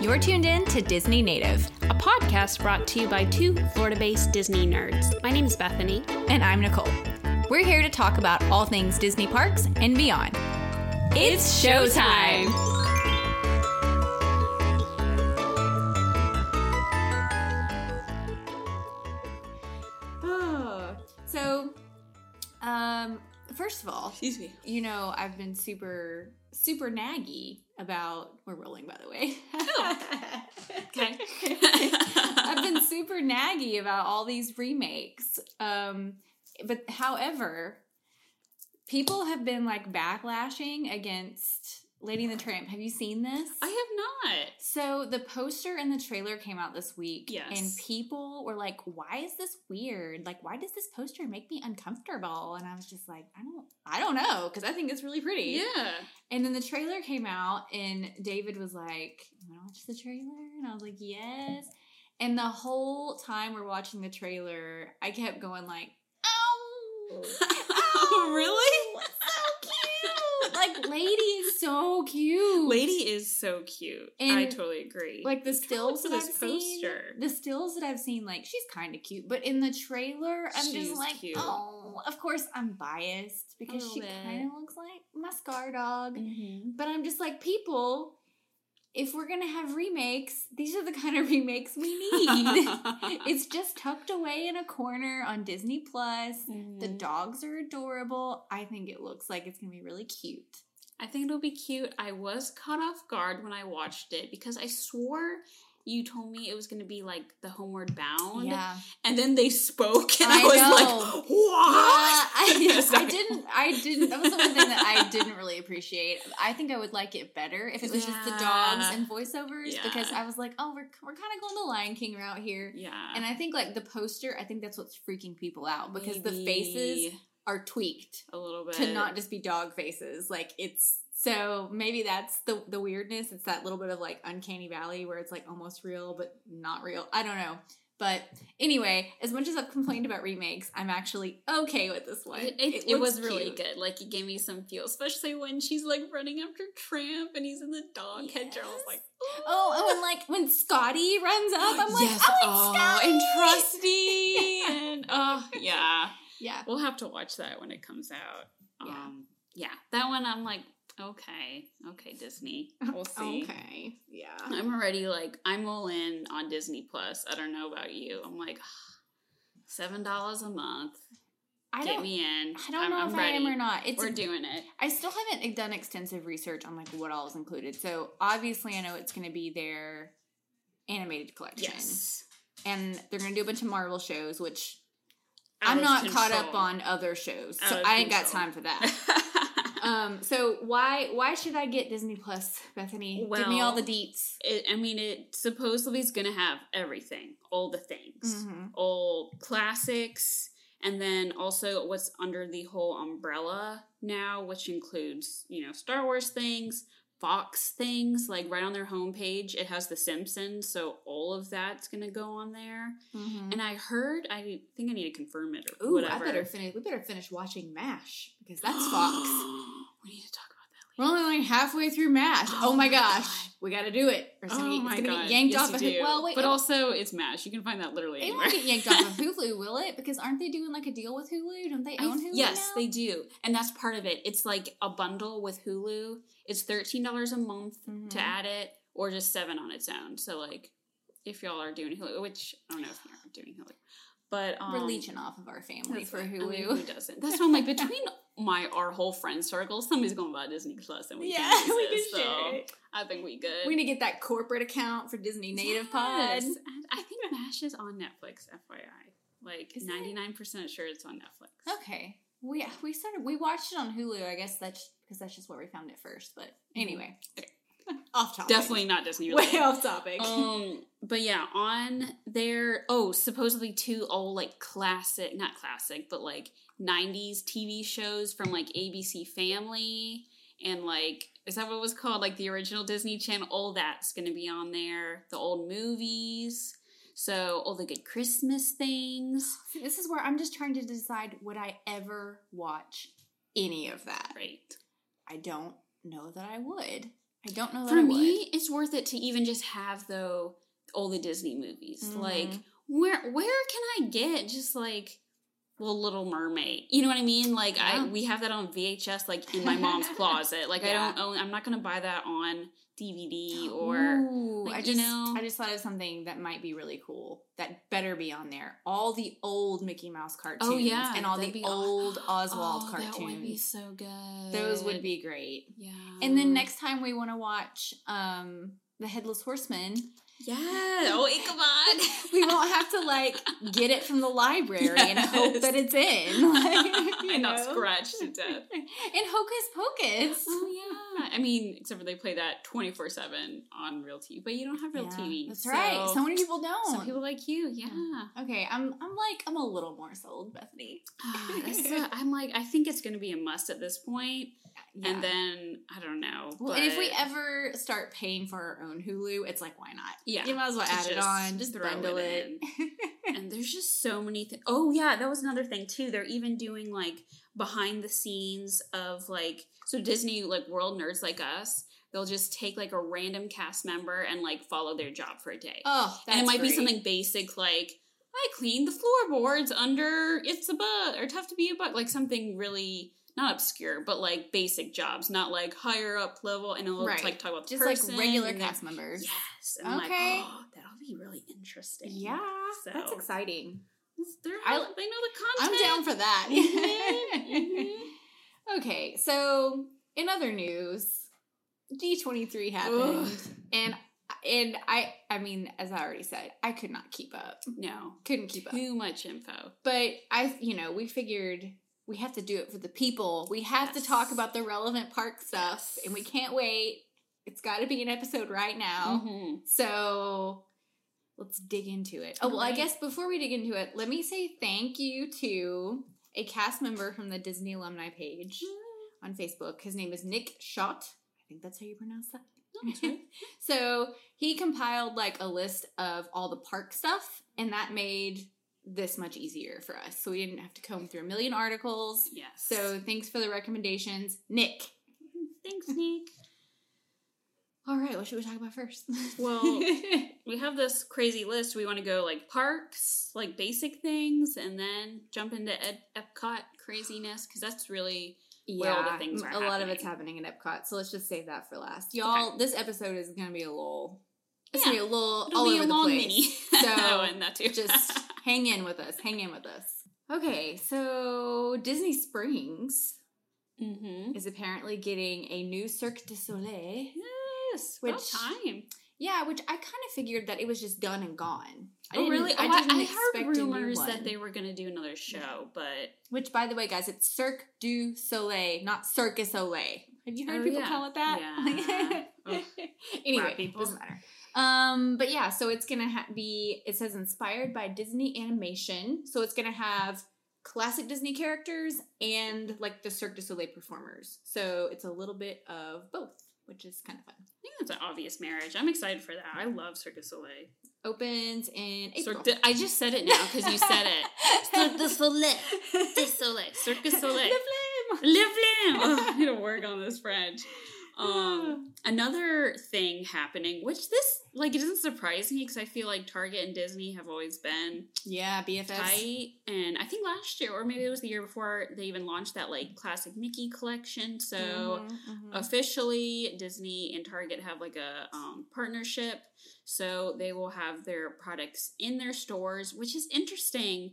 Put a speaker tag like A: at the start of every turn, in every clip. A: You're tuned in to Disney Native,
B: a podcast brought to you by two Florida based Disney nerds. My name is Bethany.
A: and I'm Nicole. We're here to talk about all things Disney parks and beyond. It's showtime! So, um, first of all,
C: Excuse me.
A: you know, I've been super, super naggy about. We're rolling, by the way. okay. Oh. I've been super naggy about all these remakes. Um, but however, people have been like backlashing against Lady and the Tramp. Have you seen this?
C: I have not.
A: So the poster and the trailer came out this week.
C: Yes.
A: And people were like, why is this weird? Like, why does this poster make me uncomfortable? And I was just like, I don't I don't know, because I think it's really pretty.
C: Yeah.
A: And then the trailer came out and David was like, You wanna watch the trailer? And I was like, Yes. And the whole time we're watching the trailer, I kept going like, Oh,
C: Oh, really?
A: cute. like Lady is so cute.
C: Lady is so cute. I
A: And,
C: totally agree.
A: like the
C: Look
A: stills
C: at
A: that I've seen, the stills that I've seen, like she's kind of cute, but in the trailer, I'm
C: She's
A: just like,
C: cute.
A: oh, of course I'm biased because
C: little
A: she
C: bit.
A: kind of looks like my scar dog.
C: Mm-hmm.
A: But I'm just like, people, if we're gonna have remakes, these are the kind of remakes we need. it's just tucked away in a corner on Disney Plus. The
C: Mm-hmm.
A: dogs are adorable. I think it looks like it's gonna be really cute.
C: I think it'll be cute. I was caught off guard when I watched it because I swore you told me it was going to be like the Homeward Bound.
A: Yeah.
C: Oh, And then they spoke and
A: I
C: I, was
A: know.
C: like, what?
A: Yeah, I, I
C: Sorry.
A: didn't. I didn't. That was the one thing that I didn't really appreciate. I think I would like it better if it was just the dogs
C: Yeah.
A: and voiceovers because
C: Yeah.
A: I was like, oh, we're we're kind of going the Lion King route here.
C: Yeah.
A: And I think like the poster, I think that's what's freaking people out because the faces
C: Maybe
A: are tweaked
C: a little bit
A: to not just be dog faces. Like it's so maybe that's the the weirdness. It's that little bit of like uncanny valley where it's like almost real but not real. I don't know. But anyway, as much as I've complained about remakes, I'm actually okay with this one.
C: It, it, it
A: looks
C: was really
A: cute.
C: good. Like it gave me some feel, especially when she's like running after Tramp and he's in the dog headgear. I was like,
A: Oh, oh, and like when Scotty runs up, I'm like,
C: Yes.
A: oh, it's
C: Oh,
A: Scotty!
C: and Trusty, and oh yeah,
A: Yeah,
C: we'll have to watch that when it comes out.
A: Yeah.
C: Um, yeah, that one I'm like, okay, okay, Disney, we'll see.
A: okay, yeah.
C: I'm already like, I'm all in on Disney Plus. I don't know about you. I'm like, seven dollars a month,
A: I
C: get
A: don't,
C: me in.
A: I don't
C: I'm-
A: know
C: I'm
A: if I
C: ready.
A: am or not. It's
C: We're doing it.
A: I still haven't eh, done extensive research on like what all is included. So obviously, I know it's going to be their animated collection,
C: Yes.
A: and they're going to do a bunch of Marvel shows, which
C: Out
A: I'm
C: of
A: not caught up
C: control.
A: on other shows,
C: Out
A: so
C: of
A: I ain't got
C: control.
A: time for that. um, so why why should I get Disney Plus, Bethany? Give me all the
C: Well,
A: deets.
C: it, I mean, it supposedly is going to have everything, all the
A: Mm-hmm.
C: things, all classics, and then also what's under the whole umbrella now, which includes, you know, Star Wars things, Fox things, like right on their homepage, it has The Simpsons, so all of that's going to go on there.
A: Mhm.
C: And I heard, I think I need to confirm it or
A: Ooh,
C: whatever.
A: I better finish. We better finish watching Mash because that's Fox.
C: we need to talk about that.
A: We're only like halfway through MASH. Oh,
C: Oh
A: my
C: my
A: gosh.
C: God.
A: We gotta do it. Or it's gonna,
C: oh
A: get-
C: my
A: it's gonna
C: god!
A: get yanked
C: yes,
A: off of
C: you do.
A: Well, wait,
C: but
A: it-
C: also it's Mash. You can find that literally
A: It
C: anywhere.
A: won't get yanked off of Hulu, will it? Because aren't they doing like a deal with Hulu? Don't they
C: I-
A: own Hulu?
C: yes,
A: now?
C: they do, and that's part of it. It's like a bundle with Hulu. It's thirteen dollars a month
A: Mhm.
C: to add it, or just seven on its own. So like, if y'all are doing Hulu, which I don't know if you're doing Hulu, but um,
A: We're leeching off of our family
C: that's
A: for
C: what- I mean,
A: Hulu.
C: who doesn't? That's what I'm like. Between my our whole friend circle, somebody's going to buy Disney Plus, and we
A: yeah,
C: can use
A: we
C: it,
A: can
C: so
A: share. it.
C: I think we good.
A: We need to get that corporate account for Disney Native
C: Yes.
A: Pod.
C: And I think Mash is on Netflix, FYI. Like
A: Is it?
C: ninety nine percent sure it's on Netflix.
A: Okay. We we started we watched it on Hulu. I guess that's because that's just where we found it first. But anyway,
C: Mm-hmm. Okay.
A: off topic.
C: Definitely not Disney
A: way
C: related.
A: off topic.
C: Um, but yeah, on there. Oh, supposedly two old like classic, not classic, but like '90s TV shows from like ABC Family and like is that what it was called? Like the original Disney Channel. All that's gonna be on there. The old movies. So all the good Christmas things.
A: See, this is where I'm just trying to decide would I ever watch any of that.
C: Great.
A: I don't know that I would. I don't know that
C: For
A: I
C: me, it's worth it to even just have though all the Disney movies. Like
A: Mhm.
C: where where can I get just like the Little Mermaid? You know what I mean? Like I
A: Yeah.
C: we have that on VHS, like in my mom's closet. Like I
A: Yeah.
C: don't own. I'm not gonna buy that on DVD
A: would.
C: or.
A: Ooh,
C: like,
A: I
C: you
A: just
C: know-
A: I just thought of something that might be really cool. That better be on there. All the old Mickey Mouse cartoons
C: Oh, yeah,
A: and all
C: that'd
A: the
C: be aw-
A: old Oswald
C: Oh,
A: cartoons.
C: That would be so good. Mm-hmm.
A: Those would be great.
C: Yeah.
A: And then next time we want to watch um the Headless Horseman,
C: Yeah. Oh, Ichabod.
A: we won't have to like get it from the library and hope
C: Yes.
A: that it's in. Like, you
C: and not
A: know?
C: scratch to death.
A: And Hocus Pocus.
C: Oh yeah. I mean, except for they play that twenty four seven on real TV, but you don't have real
A: Yeah,
C: TV.
A: That's right. So many people don't. Mm.
C: some people like you, yeah.
A: okay, I'm I'm like I'm a little more sold, Bethany.
C: Ah, that's so- I'm like, I think it's going to be a must at this point.
A: Yeah.
C: And then I don't know.
A: well, and if we
C: but-
A: ever start paying for our own Hulu, it's like why not?
C: yeah,
A: You might as well
C: to
A: add it
C: just
A: on, just
C: throw
A: bundle it.
C: in. and there's just so many things. Oh yeah, that was another thing too. They're even doing like behind the scenes of like so Disney like world nerds like us. They'll just take like a random cast member and like follow their job for a day.
A: Oh, that's
C: and it might be
A: great.
C: something basic like I cleaned the floorboards under it's a bug or tough to be a bug, like something really not obscure, but like basic jobs, not like higher up level. And it'll
A: Right.
C: like talk about the
A: just
C: person
A: like regular
C: and their-
A: cast members.
C: Yes, and I'm
A: Okay.
C: like oh, that'll be really interesting.
A: Yeah, that's
C: So-
A: exciting.
C: they're
A: I-
C: all- they know the
A: I'm
C: content.
A: down for that.
C: Mhm,
A: Okay, so in other news, D23 happened, and and I I mean, as I already said, I could not keep up,
C: No,
A: couldn't keep up.
C: too much info.
A: But I, you know, we figured we have to do it for the people. We have to talk
C: Yes.
A: about the relevant park stuff, and we can't wait. It's got to be an episode right now.
C: Mhm.
A: So let's dig into it. Oh, well, I
C: Alright.
A: guess before we dig into it, let me say thank you to a cast member from the Disney alumni page
C: Mm-hmm.
A: on Facebook. His name is Nick Schott. I think that's how you pronounce that.
C: That's right.
A: So he compiled like a list of all the park stuff, and that made this much easier for us. So we didn't have to comb through a million articles.
C: Yes.
A: So thanks for the recommendations, Nick.
C: thanks, Nick.
A: All right, what should we talk about first?
C: Well, we have this crazy list. We want to go like parks, like basic things, and then jump into Ed- Epcot craziness because that's really where all the things
A: m-
C: are
A: a lot of it's happening at Epcot, so let's just save that for last. Y'all, this episode is gonna be a little. It's gonna be a little
C: it'll
A: all
C: be
A: over
C: a
A: the
C: long
A: place.
C: mini. oh, and that too.
A: just hang in with us. Hang in with us. Okay, so Disney Springs
C: mm-hmm.
A: is apparently getting a new Cirque du Soleil.
C: yes,
A: Which-
C: about time.
A: Yeah, which I kind of figured that it was just done and gone. I
C: Oh,
A: didn't-
C: really? Oh, I,
A: didn't
C: I
A: expect
C: heard
A: a new
C: rumors
A: one.
C: that they were going to do another show, but
A: Which, by the way, guys, it's Cirque du Soleil, not Circus Soleil. Have you heard
C: Oh,
A: people
C: yeah.
A: call it that?
C: Yeah. Ugh.
A: anyway,
C: Wow, people.
A: doesn't matter. Um, but yeah, so it's gonna ha- be. It says inspired by Disney animation, so it's gonna have classic Disney characters and like the Cirque du Soleil performers. So it's a little bit of both, which is kind of fun.
C: I think that's an obvious marriage. I'm excited for that. I love Circus Soleil.
A: Opens in April.
C: Cirque du- I just said it now because you said it. Cirque du Soleil. Cirque du Soleil. Cirque du
A: Le
C: Soleil.
A: Flamme.
C: Live lamb. Oh, I need to work on this French. Um, another thing happening, which this like it doesn't surprise me because I feel like Target and Disney have always been
A: Yeah, BFFs.
C: tight, and I think last year or maybe it was the year before they even launched that like classic Mickey collection. So
A: Mhm, mhm.
C: officially disney and target have like a um, partnership so they will have their products in their stores which is interesting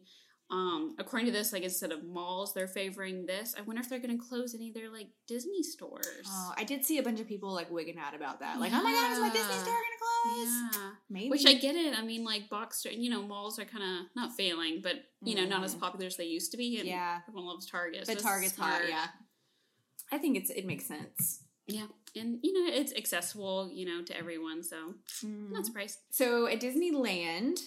C: um, according to this like instead of malls they're favoring this i wonder if they're going to close any of their like disney stores
A: Oh, I did see a bunch of people like wigging out about that. Like, oh my god, is my Disney
C: Yeah.
A: store gonna close?
C: yeah
A: Maybe.
C: which i get it i mean like box you know malls are kind of not failing but you know not as
A: Mhm.
C: popular as they used to be and
A: Yeah.
C: everyone loves target so
A: But
C: this is
A: Target's hot,
C: smart.
A: yeah. I think it's it makes sense.
C: and you know it's accessible you know to everyone so
A: Mm-hmm.
C: not surprised
A: So at Disneyland,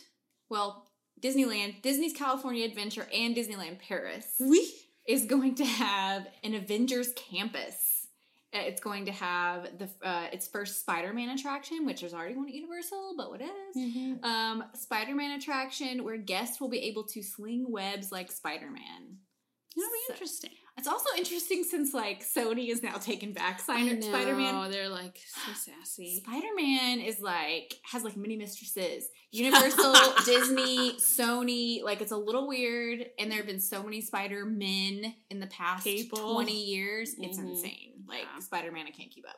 A: well, Disneyland, Disney's California Adventure, and Disneyland Paris
C: we
A: is going to have an Avengers campus. Uh, It's going to have the uh, its first Spider-Man attraction, which is already one at Universal, but what is? Um, Spider-Man attraction where guests will be able to sling webs like Spider-Man.
C: That'll be
A: So-
C: interesting.
A: It's also interesting since like Sony is now taking back Spider Man.
C: They're like so sassy.
A: Spider Man is like has like many mistresses. Universal, Disney, Sony. Like it's a little weird, and there have been so many Spider Men in the past
C: People.
A: twenty years. It's
C: Mhm.
A: insane. Like
C: Yeah.
A: Spider Man, I can't keep up.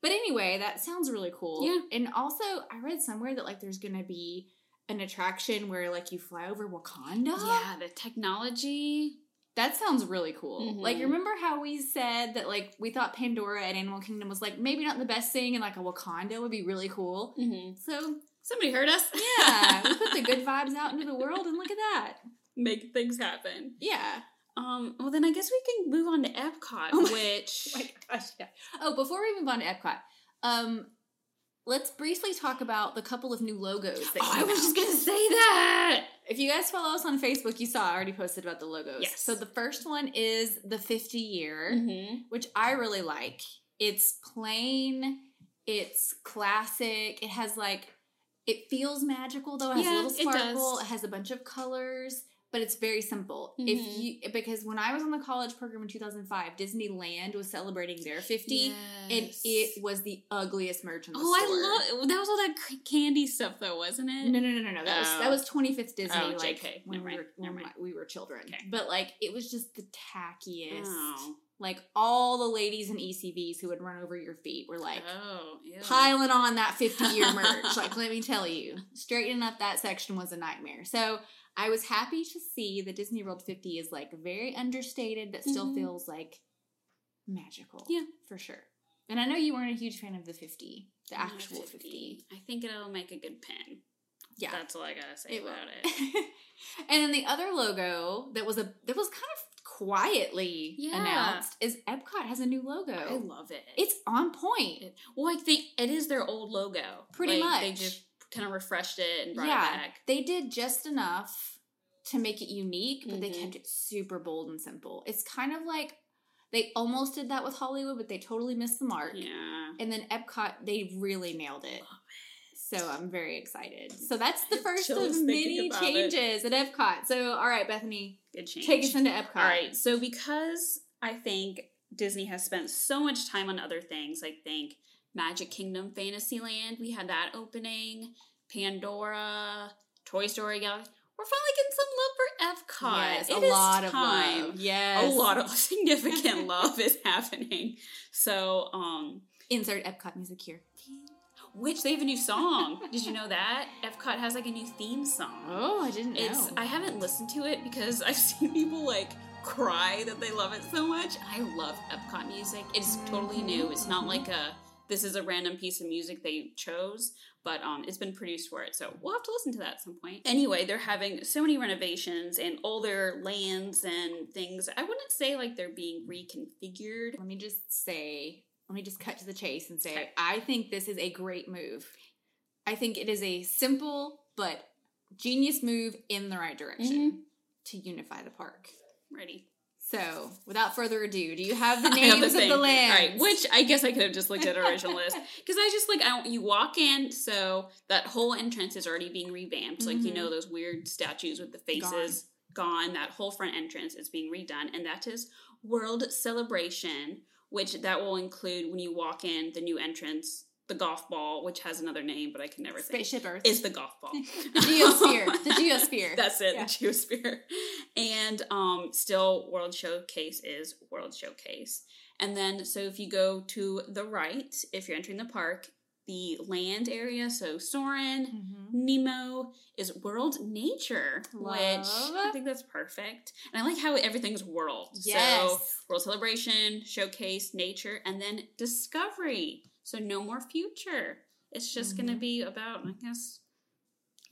A: But anyway, that sounds really cool.
C: Yeah.
A: And also, I read somewhere that like there's gonna be an attraction where like you fly over Wakanda.
C: Yeah, the technology.
A: That sounds really cool. Like,
C: Mhm.
A: remember how we said that, like, we thought Pandora at Animal Kingdom was, like, maybe not the best thing, and, like, a Wakanda would be really cool?
C: Mm-hmm.
A: So,
C: Somebody heard us.
A: yeah, we put the good vibes out into the world, and look at that.
C: Make things happen.
A: Yeah.
C: Um. Well, then I guess we can move on to Epcot,
A: Oh my-
C: which
A: gosh, yeah. Oh, before we move on to Epcot, um, let's briefly talk about the couple of new logos that
C: oh, I
A: came
C: was
A: out.
C: just gonna say that.
A: If you guys follow us on Facebook, you saw I already posted about the logos.
C: Yes.
A: So, the first one is the 50 year.
C: Mm-hmm.
A: which I really like. It's plain, it's classic, it has like it feels magical though. It has
C: Yeah,
A: a little
C: it does.
A: sparkle, it, has a bunch of colors, but it's very simple. If
C: Mhm.
A: you because when I was on the college program in 2005, Disneyland was celebrating their 50 and it was the ugliest merch in the
C: Oh,
A: store.
C: I love. That was all that c- candy stuff, though, wasn't it?
A: No, no, no, no, no. That
C: Oh.
A: was that was 25th Disney,
C: Oh,
A: like
C: JK.
A: when
C: Never
A: we
C: mind.
A: were when
C: Never mind.
A: we were children.
C: Okay.
A: But like it was just the tackiest.
C: Oh.
A: Like all the ladies in ECVs who would run over your feet were like
C: oh, ew.
A: piling on that 50 year merch. Like, let me tell you, straightening up that section was a nightmare. So I was happy to see that Disney World 50 is like very understated, but still
C: Mhm.
A: feels like magical.
C: Yeah.
A: for sure. And I know you weren't a huge fan of the 50, the
C: Not
A: actual 50.
C: I think it'll make a good pin.
A: Yeah.
C: That's all I gotta say
A: It will.
C: about it.
A: and then the other logo that was a that was kind of quietly
C: Yeah.
A: announced is Epcot has a new logo.
C: I love it.
A: it's on point.
C: It- well, I think it is their old logo.
A: Pretty
C: Like, They
A: much.
C: just kind of refreshed it and brought
A: Yeah.
C: it back.
A: they did just enough to make it unique, but they
C: Mhm.
A: kept it super bold and simple. It's kind of like they almost did that with Hollywood, but they totally missed the mark.
C: Yeah.
A: And then Epcot, they really nailed it. So I'm very excited. So that's the
C: I have
A: first of
C: chills thinking
A: many
C: about it.
A: changes at Epcot. So all right, Bethany,
C: Good change.
A: take us into Epcot.
C: All right. So because I think Disney has spent so much time on other things, I think Magic Kingdom Fantasyland, we had that opening, Pandora, Toy Story Galaxy. We're finally getting some love for Epcot.
A: Yes,
C: It
A: a
C: is
A: lot of
C: time.
A: love. Yes,
C: A lot of significant love is happening. So, um
A: Insert Epcot music here.
C: which they have a new song. Did you know that? Epcot has like a new theme song.
A: Oh, I didn't know.
C: It's I haven't listened to it because I've seen people like cry that they love it so much. I love Epcot music. It's totally new. It's not like a this is a random piece of music they chose, but um, it's been produced for it, so we'll have to listen to that at some point. Anyway, they're having so many renovations and all their lands and things. I wouldn't say like they're being reconfigured.
A: Let me just say, let me just cut to the chase and say,
C: Okay.
A: I think this is a great move. I think it is a simple but genius move in the right
C: Mm-hmm.
A: direction to unify the park.
C: Ready?
A: So, without further ado, do you have the
C: I have
A: names of
C: thing.
A: the
C: All
A: land?
C: right, which I guess I could have just looked at original list because I just like I don't- you walk in, so that whole entrance is already being revamped. Like you
A: Mhm.
C: know those weird statues with the faces gone. That whole front entrance is being redone, and that is World Celebration, which that will include when you walk in the new entrance, the golf ball, which has another name, but I can never think.
A: Spaceship Earth.
C: Is the golf ball
A: the geosphere. The geosphere.
C: That's it,
A: Yeah.
C: the Geosphere. And um, still, World Showcase is World Showcase. And then, so if you go to the right, if you're entering the park, the land area, so Soren,
A: Mhm.
C: Nemo is World Nature, which I
A: Love.
C: think that's perfect. And I like how everything's world.
A: Yes.
C: So, World Celebration, Showcase, Nature, and then Discovery. So, no more future. It's just going
A: Mhm.
C: to be about, I guess,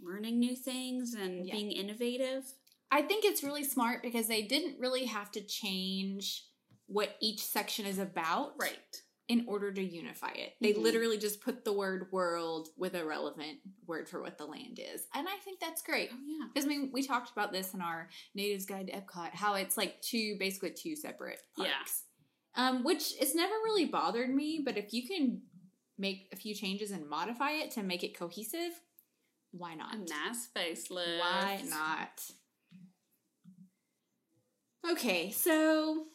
C: learning new things and
A: Yeah.
C: being innovative.
A: I think it's really smart because they didn't really have to change what each section is about. in order to unify it. They
C: Mhm.
A: literally just put the word world with a relevant word for what the land is. And I think that's great.
C: Oh, yeah.
A: Because I mean, we talked about this in our Natives Guide to Epcot, how it's like two, basically two separate
C: Yeah.
A: parks. Um, which it's never really bothered me, but if you can make a few changes and modify it to make it cohesive, why not?
C: A nice facelift.
A: Why not? Okay, so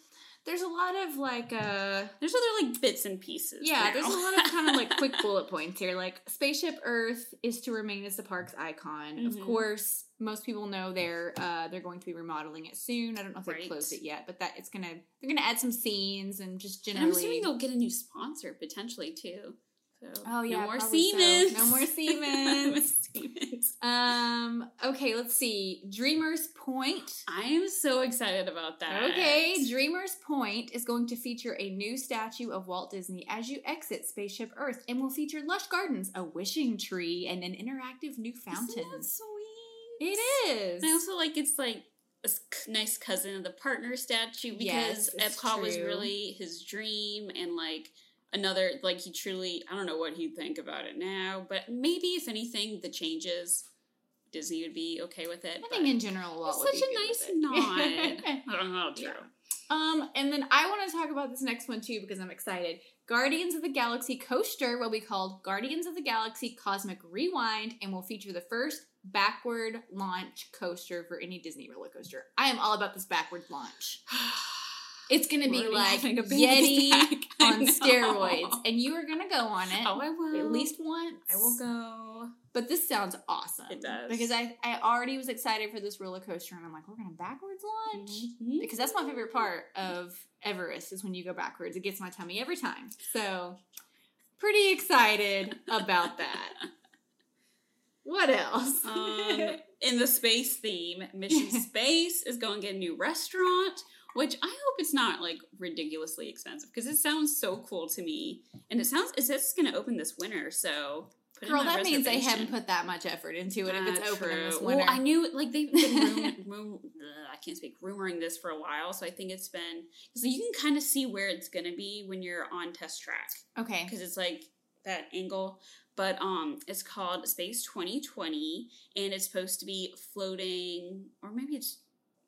A: there's a lot of like uh
C: There's other like bits and pieces.
A: yeah,
C: now.
A: there's a lot of kind of like quick bullet points here. Like Spaceship Earth is to remain as the park's icon.
C: Mhm.
A: Of course, most people know they're uh they're going to be remodeling it soon. I don't know if
C: Right.
A: they've closed it yet, but that it's gonna they're gonna add some scenes and just
C: And
A: generally
C: I'm assuming they'll get a new sponsor potentially too. So,
A: Oh, yeah,
C: no more
A: probably so. No
C: Siemens.
A: more Siemens.
C: Siemens.
A: Um. Okay. Let's see. Dreamers Point.
C: I am so excited about that.
A: Okay. Dreamers Point is going to feature a new statue of Walt Disney as you exit Spaceship Earth, and will feature lush gardens, a wishing tree, and an interactive new fountain.
C: Isn't that sweet?
A: It is.
C: And I also like it's like a s- c- nice cousin of the partner statue because
A: Yes, it's
C: Epcot was
A: true.
C: really his dream and like another like he truly I don't know what he'd think about it now, but maybe if anything the changes Disney would be okay with it.
A: I
C: but-
A: think in general, Walt
C: It's
A: would
C: such
A: be
C: a
A: good
C: nice
A: with it.
C: nod. I don't know, true.
A: um. And then I want to talk about this next one too because I'm excited. Guardians of the Galaxy coaster will be called Guardians of the Galaxy Cosmic Rewind and will feature the first backward launch coaster for any Disney roller coaster. I am all about this backward launch. It's gonna be
C: We're already
A: like
C: having a panic
A: Yeti
C: attack. I
A: on
C: know.
A: steroids, and you are gonna go on it
C: Oh, I will.
A: at least once.
C: I will go.
A: But this sounds awesome.
C: It does.
A: because I I already was excited for this roller coaster, and I'm like, we're gonna backwards launch
C: Mm-hmm.
A: because that's my favorite part of Everest is when you go backwards. It gets my tummy every time. So pretty excited about that. What else?
C: um, in the space theme, Mission Space is going to get a new restaurant, which I hope it's not like ridiculously expensive because it sounds so cool to me. And it sounds it's just going to open this winter, so put in
A: Girl,
C: my
A: that means they
C: reservation.
A: haven't put that much effort into it if
C: Ah,
A: it's open in this
C: true.
A: winter.
C: Well, I knew like they've been room, room, ugh, I can't speak rumoring this for a while, so I think it's been because you can kind of see where it's gonna be when you're on test track
A: okay.
C: because it's like that angle. But um, it's called Space 2020, and it's supposed to be floating, or maybe it's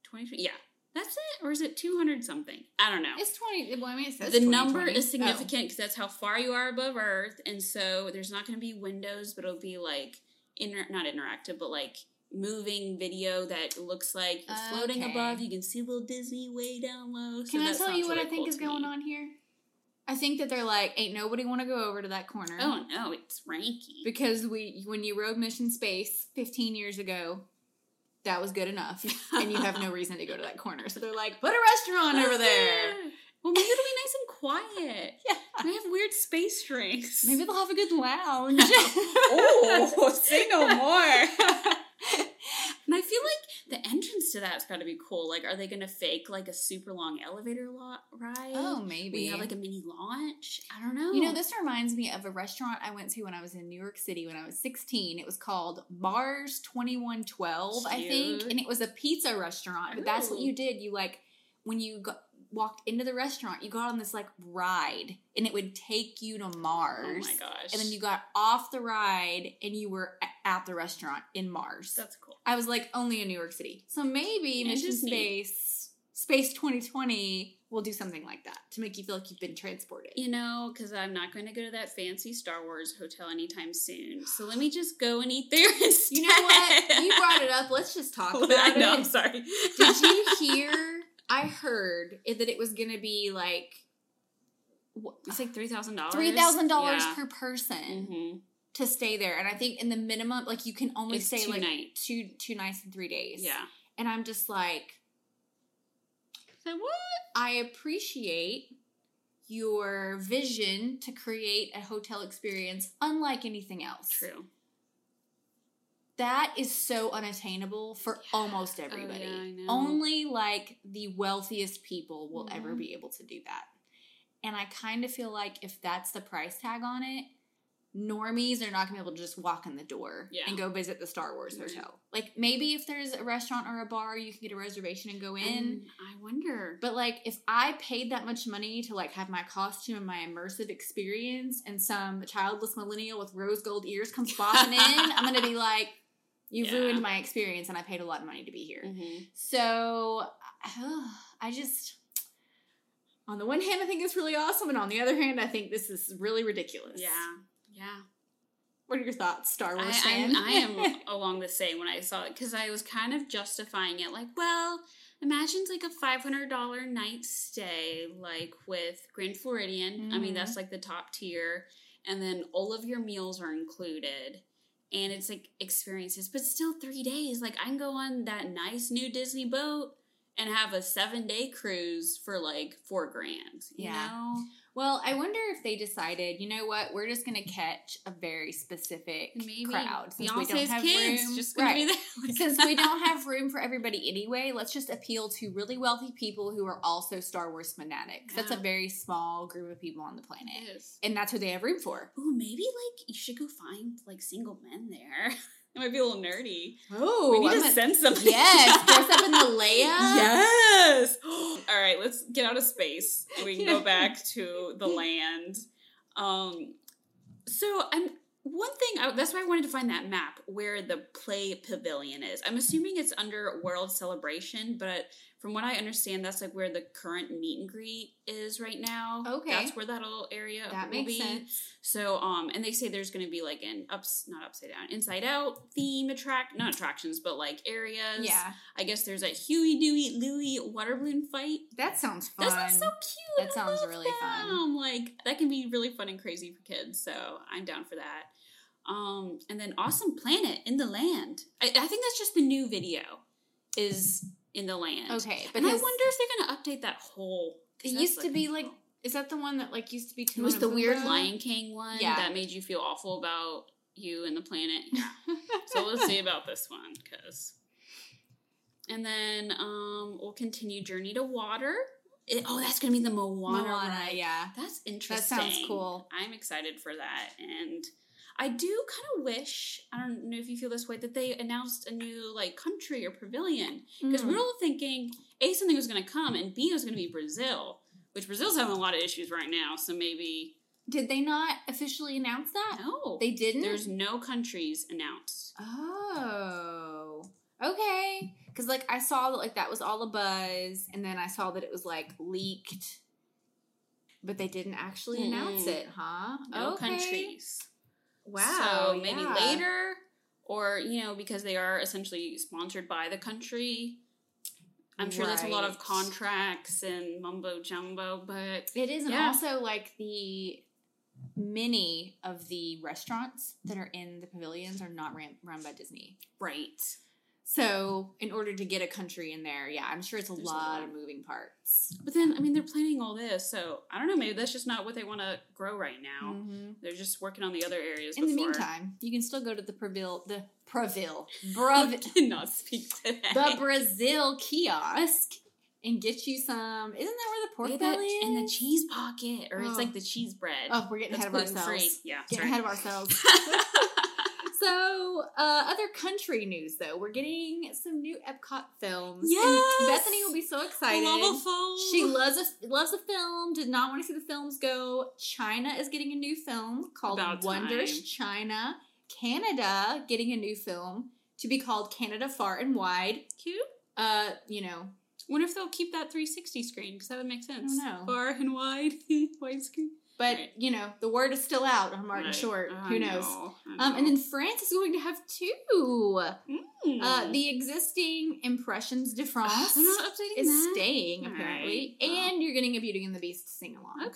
C: 2020. Yeah, that's it, or is it 200 something? I don't know
A: It's twenty. Well, I mean, it says
C: the number
A: 2020.
C: is
A: Oh.
C: significant because that's how far you are above Earth, and so there's not going to be windows, but it'll be like inter- not interactive, but like moving video that looks like it's floating
A: Okay.
C: above. You can see little Disney way down low. so
A: Can I
C: that
A: tell
C: sounds
A: you what
C: really
A: I think
C: cool
A: is
C: to me.
A: going on here? I think that they're like, ain't nobody want to go over to that corner.
C: Oh no, it's ranky.
A: Because we, when you rode Mission Space 15 years ago, that was good enough, and you have no reason to go to that corner. So they're like, put a restaurant over there.
C: Well, maybe it'll be nice and quiet.
A: Yeah.
C: We have weird space drinks.
A: Maybe they'll have a good lounge.
C: oh, say no more. And I feel like the entrance to that's got to be cool. Like, are they going to fake like a super long elevator lot ride?
A: oh,
C: we
A: maybe.
C: have like a Oh. mini launch. I don't know.
A: You know, this reminds me of a restaurant I went to when I was in New York City when I was 16. It was called Mars 2112, I think.
C: Cute. Oh.
A: And it was a pizza restaurant. But that's what
C: Ooh.
A: you did. You like, when you got, walked into the restaurant, you got on this like ride and it would take you to
C: Oh
A: Mars.
C: my gosh!
A: And then you got off the ride and you were a- at the restaurant in Mars.
C: that's cool.
A: I was like, only in New York City. So maybe
C: Yeah,
A: Mission
C: just neat.
A: Space, Space 2020 will do something like that to make you feel like you've been transported.
C: You know, because I'm not going to go to that fancy Star Wars hotel anytime soon. So let me just go and eat there instead.
A: You know what? You brought it up. Let's just talk about
C: I know. I'm
A: it.
C: sorry.
A: Did you hear? I heard it- that it was going to be like
C: It's like three thousand dollars.
A: three thousand dollars per person
C: Mm-hmm.
A: to stay there, and I think in the minimum, like you can only
C: It's
A: stay
C: two
A: like
C: nights.
A: two two nights and three days.
C: Yeah.
A: and I'm just like,
C: So what?
A: I appreciate your vision to create a hotel experience unlike anything else.
C: True.
A: That is so unattainable for almost
C: yeah,
A: everybody.
C: I know.
A: Only like the wealthiest people will ever
C: Mhm.
A: be able to do that. And I kind of feel like if that's the price tag on it, normies are not going to be able to just walk in the door
C: Yeah. Mm-hmm.
A: and go visit the Star Wars
C: Right.
A: hotel. Like maybe if there's a restaurant or a bar, you can get a reservation and go in.
C: And I wonder.
A: But like if I paid that much money to like have my costume and my immersive experience and some childless millennial with rose gold ears comes bopping in, I'm gonna be like, You've
C: Yeah.
A: ruined my experience and I paid a lot of money to be here.
C: Mhm.
A: So I just on the one hand I think it's really awesome and on the other hand I think this is really ridiculous.
C: Yeah. Yeah.
A: What are your thoughts, Star Wars
C: I,
A: fan?
C: I'm, I am along the same when I saw it because I was kind of justifying it, like, well, Imagine like a five hundred dollar night stay, like with Grand Floridian. I mean,
A: Mhm.
C: that's like the top tier, and then all of your meals are included, and it's like experiences, but still three days. Like I can go on that nice new Disney boat and have a seven day cruise for like four grand. You
A: Yeah.
C: know?
A: Well, I wonder if they decided, you know what, we're just going to catch a very specific
C: maybe
A: crowd since we don't
C: Beyonce's
A: have
C: kids
A: room.
C: just gonna be
A: Right.
C: there. Like-
A: since we don't have room for everybody anyway, let's just appeal to really wealthy people who are also Star Wars fanatics. That's a
C: Yeah.
A: very small group of people on the planet.
C: It is.
A: And that's who they have room for.
C: Ooh, maybe like you should go find like single men there. It might be a little nerdy.
A: Oh,
C: we need to send something.
A: yes, dress up in the Leia.
C: Yes. All right, let's get out of space. We can go back to the land. Um, so I'm one thing. I, that's why I wanted to find that map where the play pavilion is. I'm assuming it's under World Celebration, but from what I understand, that's like where the current meet and greet is right now.
A: Okay.
C: that's where that little area
A: That
C: will
A: makes
C: be.
A: sense.
C: So, um, and they say there's going to be like an ups, not upside down, inside out theme attract, not attractions, but like areas.
A: Yeah,
C: I guess there's a Huey, Dewey, Louie water balloon fight.
A: that sounds fun.
C: That sounds so cute.
A: That
C: I
A: sounds
C: love
A: really fun.
C: them. Like that can be really fun and crazy for kids. So I'm down for that. Um, and then Awesome Planet in the Land. I, I think that's just the new video is in the land.
A: okay, but
C: And I wonder if they're going to update that whole. 'cause
A: It
C: that's,
A: used to be,
C: cool.
A: like, is that the one that like used to be?
C: It was the weird
A: line.
C: Lion King one
A: Yeah.
C: that made you feel awful about you and the planet. Yeah. so we'll see about this one, because. And then um, we'll continue Journey to Water. It- oh, that's gonna be the Moana.
A: Moana,
C: ride.
A: yeah.
C: That's
A: That
C: interesting.
A: sounds cool.
C: I'm excited for that, and I do kind of wish. I don't know if you feel this way that they announced a new like country or pavilion because we
A: Mm.
C: we're all thinking A something was going to come and B it was going to be Brazil, which Brazil's having a lot of issues right now. So maybe
A: Did they not officially announce that?
C: no,
A: They didn't.
C: there's no countries announced.
A: Oh, okay. Because like I saw that like that was all a buzz, and then I saw that it was like leaked, but they didn't actually announce
C: Mm-mm.
A: it, huh?
C: No
A: okay.
C: countries.
A: Wow.
C: So maybe
A: yeah.
C: later, or you know, because they are essentially sponsored by the country. I'm sure that's a lot of
A: Right.
C: contracts and mumbo jumbo, but
A: It is, and
C: Yeah.
A: also like the many of the restaurants that are in the pavilions are not ran, run by Disney.
C: right.
A: So in order to get a country in there, yeah, I'm sure it's a
C: There's a
A: lot
C: lot.
A: of moving parts.
C: But then, I mean, they're planning all this, so I don't know. Maybe that's just not what they want to grow right now. They're just working on the other areas.
A: Mm-hmm. In the
C: before.
A: meantime, you can still go to the Pravil, the Pravil, Brav,
C: I cannot speak today.
A: the Brazil kiosk and get you some. Isn't that where the pork belly is?
C: and the cheese pocket, or
A: Oh.
C: it's like the cheese bread.
A: Oh, we're getting
C: That's
A: ahead of
C: gluten-free.
A: ourselves.
C: Yeah,
A: Getting
C: sorry.
A: ahead of ourselves. so, uh, other country news though, we're getting some new Epcot films. And
C: Yes!
A: Bethany will be so excited.
C: Love a foam.
A: She loves a, loves a film. Did not want to see the films go. China is getting a new film called
C: About
A: Wondrous
C: time.
A: China. Canada getting a new film to be called Canada Far and Wide.
C: cute.
A: Uh, you know,
C: Wonder if they'll keep that 360 screen because that would make sense.
A: know.
C: Far and wide, widescreen.
A: but
C: Right.
A: you know, the word is still out on Martin
C: Right.
A: Short.
C: I
A: Who knows?
C: know, I
A: Um, and then
C: know.
A: France is going to have two.
C: Hmm.
A: Uh, the existing Impressions de
C: Ah,
A: France
C: they're not updating
A: is
C: that.
A: staying
C: All
A: apparently,
C: right.
A: and you're getting a Beauty and the Beast sing along.
C: Okay.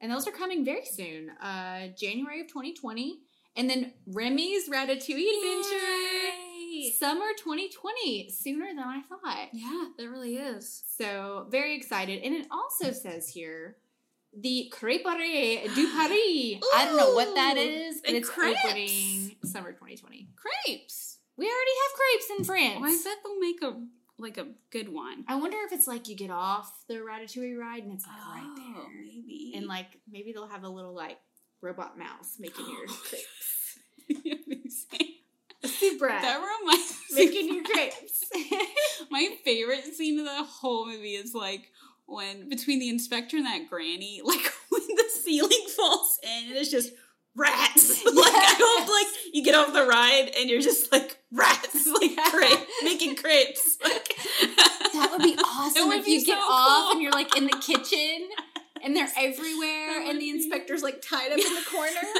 A: and those are coming very soon. Uh, January of 2020, and then Remy's Ratatouille Adventure,
C: Yay.
A: summer 2020, sooner than I thought.
C: Yeah, that really is.
A: So very excited, and it also says here the Crêperie du Paris. I don't know what that
C: Ooh,
A: is, but
C: and
A: it's
C: crepes.
A: opening summer 2020.
C: Crepes.
A: We already have crepes in France.
C: Why is that? They'll make a like a good one.
A: I wonder if it's like you get off the Ratatouille ride and it's like right
C: Oh,
A: there,
C: maybe.
A: and like maybe they'll have a little like robot mouse making your crepes.
C: Amazing.
A: Super.
C: That reminds
A: making
C: me.
A: your grapes.
C: My favorite scene of the whole movie is like when between the inspector and that granny, like when the ceiling falls in and it's just rats. Like I hope like you get off the ride and you're just like rats, like cra- making crepes. Like
A: that would be awesome
C: would
A: if
C: be
A: you get
C: so
A: off
C: cool.
A: and you're like in the kitchen and they're everywhere
C: That
A: and
C: would
A: the
C: be-
A: inspector's like tied up in the corner.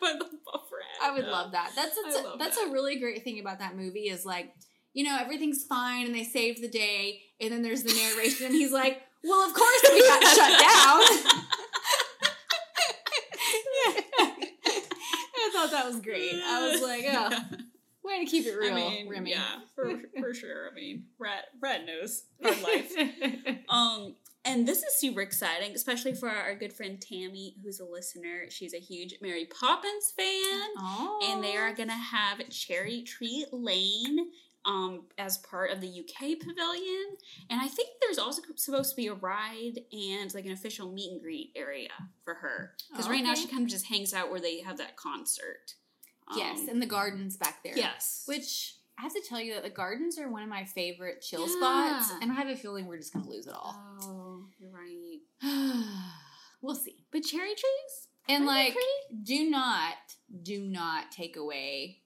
C: But the buff rat.
A: I would love that. That's
C: I
A: that's, a,
C: love
A: that's a
C: that.
A: really great thing about that movie is like you know, everything's fine and they saved the day. And then there's the narration and he's like, well, of course we got shut down. I thought that was great. I was like, oh, way to keep it real,
C: I mean,
A: Remy.
C: yeah, for, for sure. I mean, Brad, Brad knows hard life. Um, and this is super exciting, especially for our good friend Tammy, who's a listener. She's a huge Mary Poppins fan,
A: oh.
C: and they are gonna have Cherry Tree Lane um, as part of the UK pavilion. And I think there's also supposed to be a ride and like an official meet and greet area for her because right now
A: Okay.
C: she kind of just hangs out where they have that concert. Um,
A: yes, and the gardens back there.
C: yes,
A: Which I have to tell you that the gardens are one of my favorite chill
C: Yeah.
A: spots, and I have a feeling we're just gonna lose it all.
C: Oh, you're right.
A: we'll see.
C: But cherry trees?
A: And
C: Aren't they
A: like,
C: pretty?
A: do not, do not take away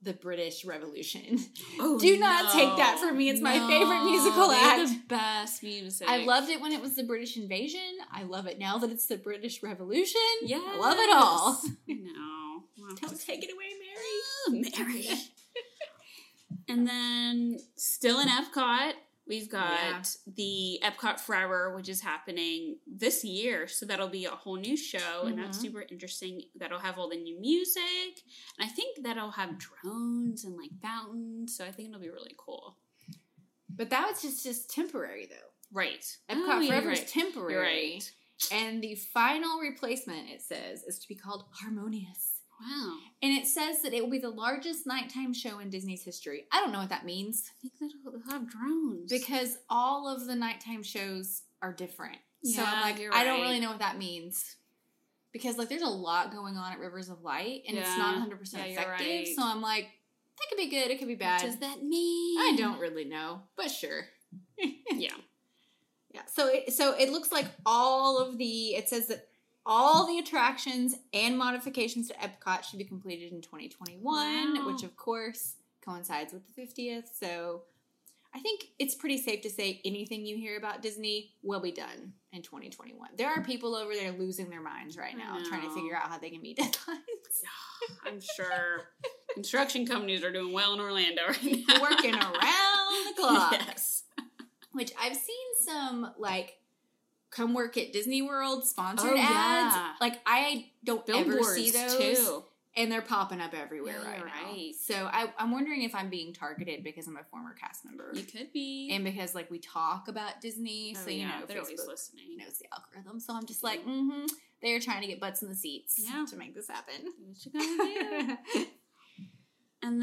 A: the British Revolution.
C: Oh,
A: Do not take that from me. It's my favorite musical
C: they're The
A: act.
C: best music.
A: I loved it when it was the British invasion. I love it now that it's the British Revolution.
C: Yes.
A: I love it all.
C: No.
A: Don't take it away, Mary.
C: Ah, Mary. and then still in Epcot, we've got
A: Yeah.
C: the Epcot Forever, which is happening this year. So that'll be a whole new show, and that's
A: Mhm.
C: super interesting. That'll have all the new music, and I think that'll have drones and like fountains. So I think it'll be really cool.
A: But that was just just temporary though.
C: Right.
A: Epcot
C: Oh, you're
A: Forever is
C: right.
A: temporary.
C: You're right.
A: And the final replacement, it says, is to be called Harmonious.
C: Wow.
A: And it says that it will be the largest nighttime show in Disney's history. I don't know what that means
C: I think that'll they'll have drones.
A: because all of the nighttime shows are different. so
C: Yeah,
A: I'm like,
C: you're
A: I don't
C: right.
A: really know what that means because like there's a lot going on at Rivers of Light and it's not
C: Yeah.
A: 100 percent
C: Yeah, you're
A: effective.
C: right.
A: So I'm like, that could be good. It could be
C: what
A: bad.
C: does that mean?
A: I don't really know, but sure.
C: Yeah.
A: Yeah. So it, so it looks like all of the it says that all the attractions and modifications to Epcot should be completed in 2021,
C: Wow.
A: which of course coincides with the 50th. So I think it's pretty safe to say anything you hear about Disney will be done in 2021. There are people over there losing their minds right
C: I
A: now trying to
C: know.
A: figure out how they can meet deadlines.
C: I'm sure construction companies are doing well in Orlando right now.
A: Working around the clock.
C: Yes.
A: Which I've seen some like come work at Disney World sponsored
C: Oh,
A: ads.
C: yeah.
A: Like I don't ever
C: Billboards
A: see those,
C: too.
A: and they're popping up everywhere
C: Yeah,
A: right,
C: you're
A: now.
C: right.
A: So I, I'm wondering if I'm being targeted because I'm a former cast member,
C: You could be.
A: and because like we talk about Disney,
C: Oh,
A: so you
C: yeah,
A: know
C: they're always
A: Facebook
C: listening.
A: knows the algorithm. So I'm just like, mm-hmm, they're trying to get butts in the seats
C: Yeah.
A: to make this happen.
C: What you gonna do? and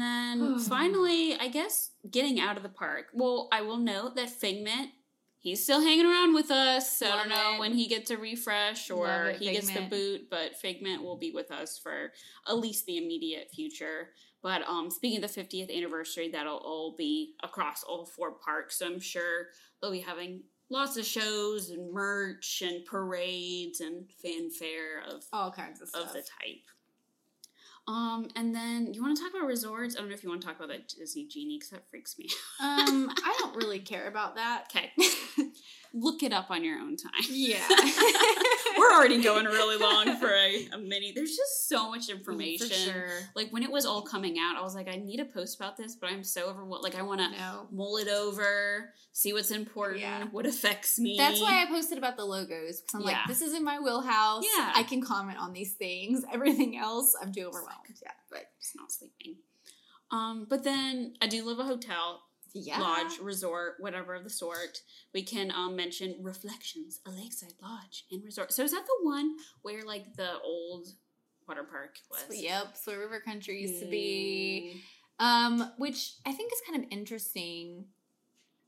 C: then finally, I guess getting out of the park. Well, I will note that Figment. He's still hanging around with us, so I
A: Love
C: don't know
A: it.
C: when he gets a refresh or
A: Love it,
C: he gets the
A: Figment.
C: boot, but Figment will be with us for at least the immediate future. But um, speaking of the 50th anniversary, that'll all be across all four parks. So I'm sure they'll be having lots of shows and merch and parades and fanfare of
A: All kinds of
C: of
A: stuff.
C: the type. Um, and then you want to talk about resorts? I don't know if you want to talk about that Disney genie because that freaks me.
A: um, I don't really care about that.
C: Okay, look it up on your own time.
A: Yeah.
C: We're already going really long for a, a mini. There's just so much information.
A: For sure.
C: Mm, Like when it was all coming out, I was like, I need a post about this, but I'm so overwhelmed. Like I want to
A: No.
C: mull it over, see what's important,
A: Yeah.
C: what affects me.
A: That's why I posted about the logos because I'm
C: Yeah.
A: like, this is in my wheelhouse.
C: Yeah.
A: I can comment on these things. Everything else, I'm too overwhelmed. Yeah, but
C: it's not sleeping. Um, but then I do love a hotel.
A: yeah,
C: lodge, resort, whatever of the sort. We can um, mention Reflections, a lakeside lodge and resort. So is that the one where like the old water park was?
A: That's what- Yep, so River Country used to be, um, which I think is kind of interesting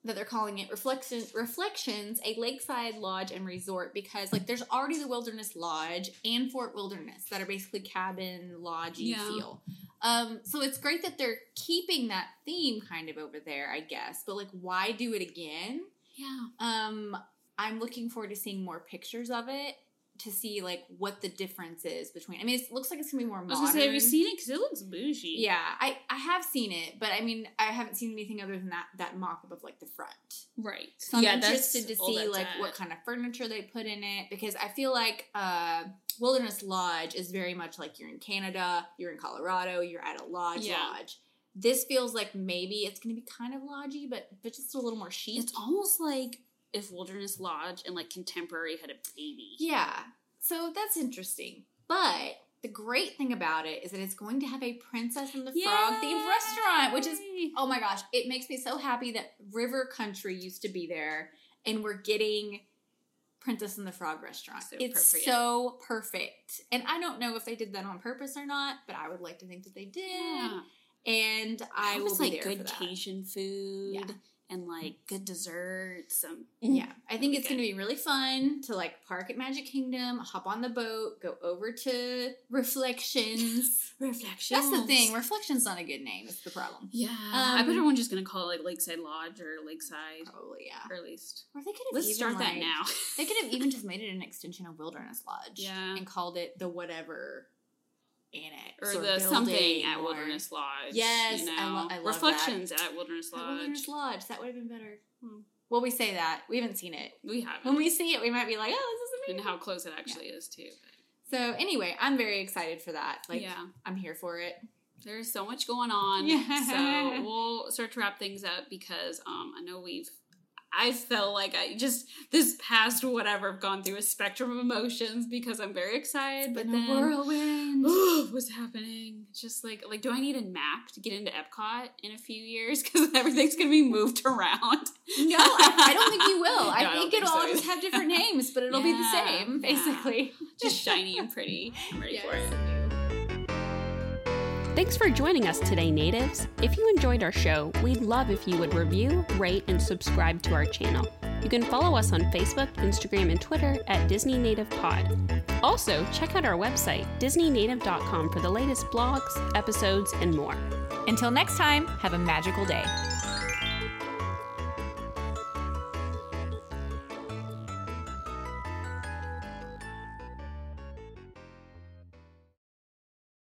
A: that they're calling it Reflections, Reflections, a lakeside lodge and resort because like there's already the Wilderness Lodge and Fort Wilderness that are basically cabin lodgy
C: Yeah.
A: feel. Um, so it's great that they're keeping that theme kind of over there, I guess. But like, why do it again?
C: Yeah.
A: Um, I'm looking forward to seeing more pictures of it to see like what the difference is between. I mean, it looks like it's gonna be more
C: I
A: modern.
C: was gonna say, have you seen it? Because it looks bougie.
A: Yeah, I I have seen it, but I mean, I haven't seen anything other than that that mock up of like the front.
C: Right.
A: So I'm
C: yeah,
A: interested to
C: that's all
A: see
C: that's
A: like
C: at.
A: what kind of furniture they put in it because I feel like uh, Wilderness Lodge is very much like you're in Canada, you're in Colorado, you're at a lodge
C: Yeah.
A: lodge. This feels like maybe it's going to be kind of lodgy, but but just a little more chic.
C: It's almost like if Wilderness Lodge and like Contemporary had a baby.
A: Yeah. So that's interesting. But the great thing about it is that it's going to have a Princess and the Frog themed restaurant, which is,
C: Yay!
A: oh my gosh, it makes me so happy that River Country used to be there and we're getting Princess and the Frog restaurant.
C: So
A: it's
C: appropriate.
A: so perfect. And I don't know if they did that on purpose or not, but I would like to think that they did.
C: Yeah.
A: And I,
C: hope
A: will
C: it's
A: be
C: like
A: there
C: good
A: for that.
C: Cajun food
A: Yeah.
C: and like good desserts. Um,
A: Yeah, I think it's
C: Okay.
A: going to be really fun to like park at Magic Kingdom, hop on the boat, go over to Reflections.
C: reflections.
A: That's the thing. Reflections not a good name. It's the problem.
C: Yeah, I bet
A: Um,
C: everyone's just gonna call it like Lakeside Lodge or Lakeside,
A: Probably yeah.
C: or at least
A: Or they could have
C: let's
A: even,
C: start that
A: like-
C: now.
A: They could have even just made it an extension of Wilderness Lodge.
C: Yeah.
A: And called it the whatever annex
C: or the something
A: building
C: at
A: or-
C: Wilderness Lodge.
A: Yes, I
C: you know?
A: lo- I love that.
C: reflections at Wilderness
A: At
C: Lodge.
A: Wilderness Lodge. That would have been better.
C: Hmm.
A: Well, we say that we haven't seen it.
C: We haven't.
A: When we see it, we might be like, "Oh, this is
C: and
A: amazing."
C: how close it actually is too.
A: So anyway, I'm very excited for that.
C: But
A: Like,
C: yeah,
A: I'm here for it.
C: there's so much going on.
A: Yeah.
C: So we'll start to wrap things up because um, I know we've. I feel like I just this past whatever I've gone through a spectrum of emotions because I'm very excited, but
A: Been
C: then
A: a whirlwind.
C: what's happening? Just like like, do I need a map to get into Epcot in a few years? Because everything's gonna be moved around.
A: No, I, I don't think you will.
C: No,
A: I
C: I don't
A: think
C: think
A: it'll
C: so
A: all just have different names, but it'll be the
C: Yeah,
A: same,
C: yeah.
A: basically.
C: Just shiny and pretty. I'm ready for it.
B: Thanks for joining us today, natives. If you enjoyed our show, we'd love if you would review, rate, and subscribe to our channel. You can follow us on Facebook, Instagram, and Twitter at Disney Native Pod. Also, check out our website, disneynative.com, for the latest blogs, episodes, and more.
A: Until next time, have a magical day.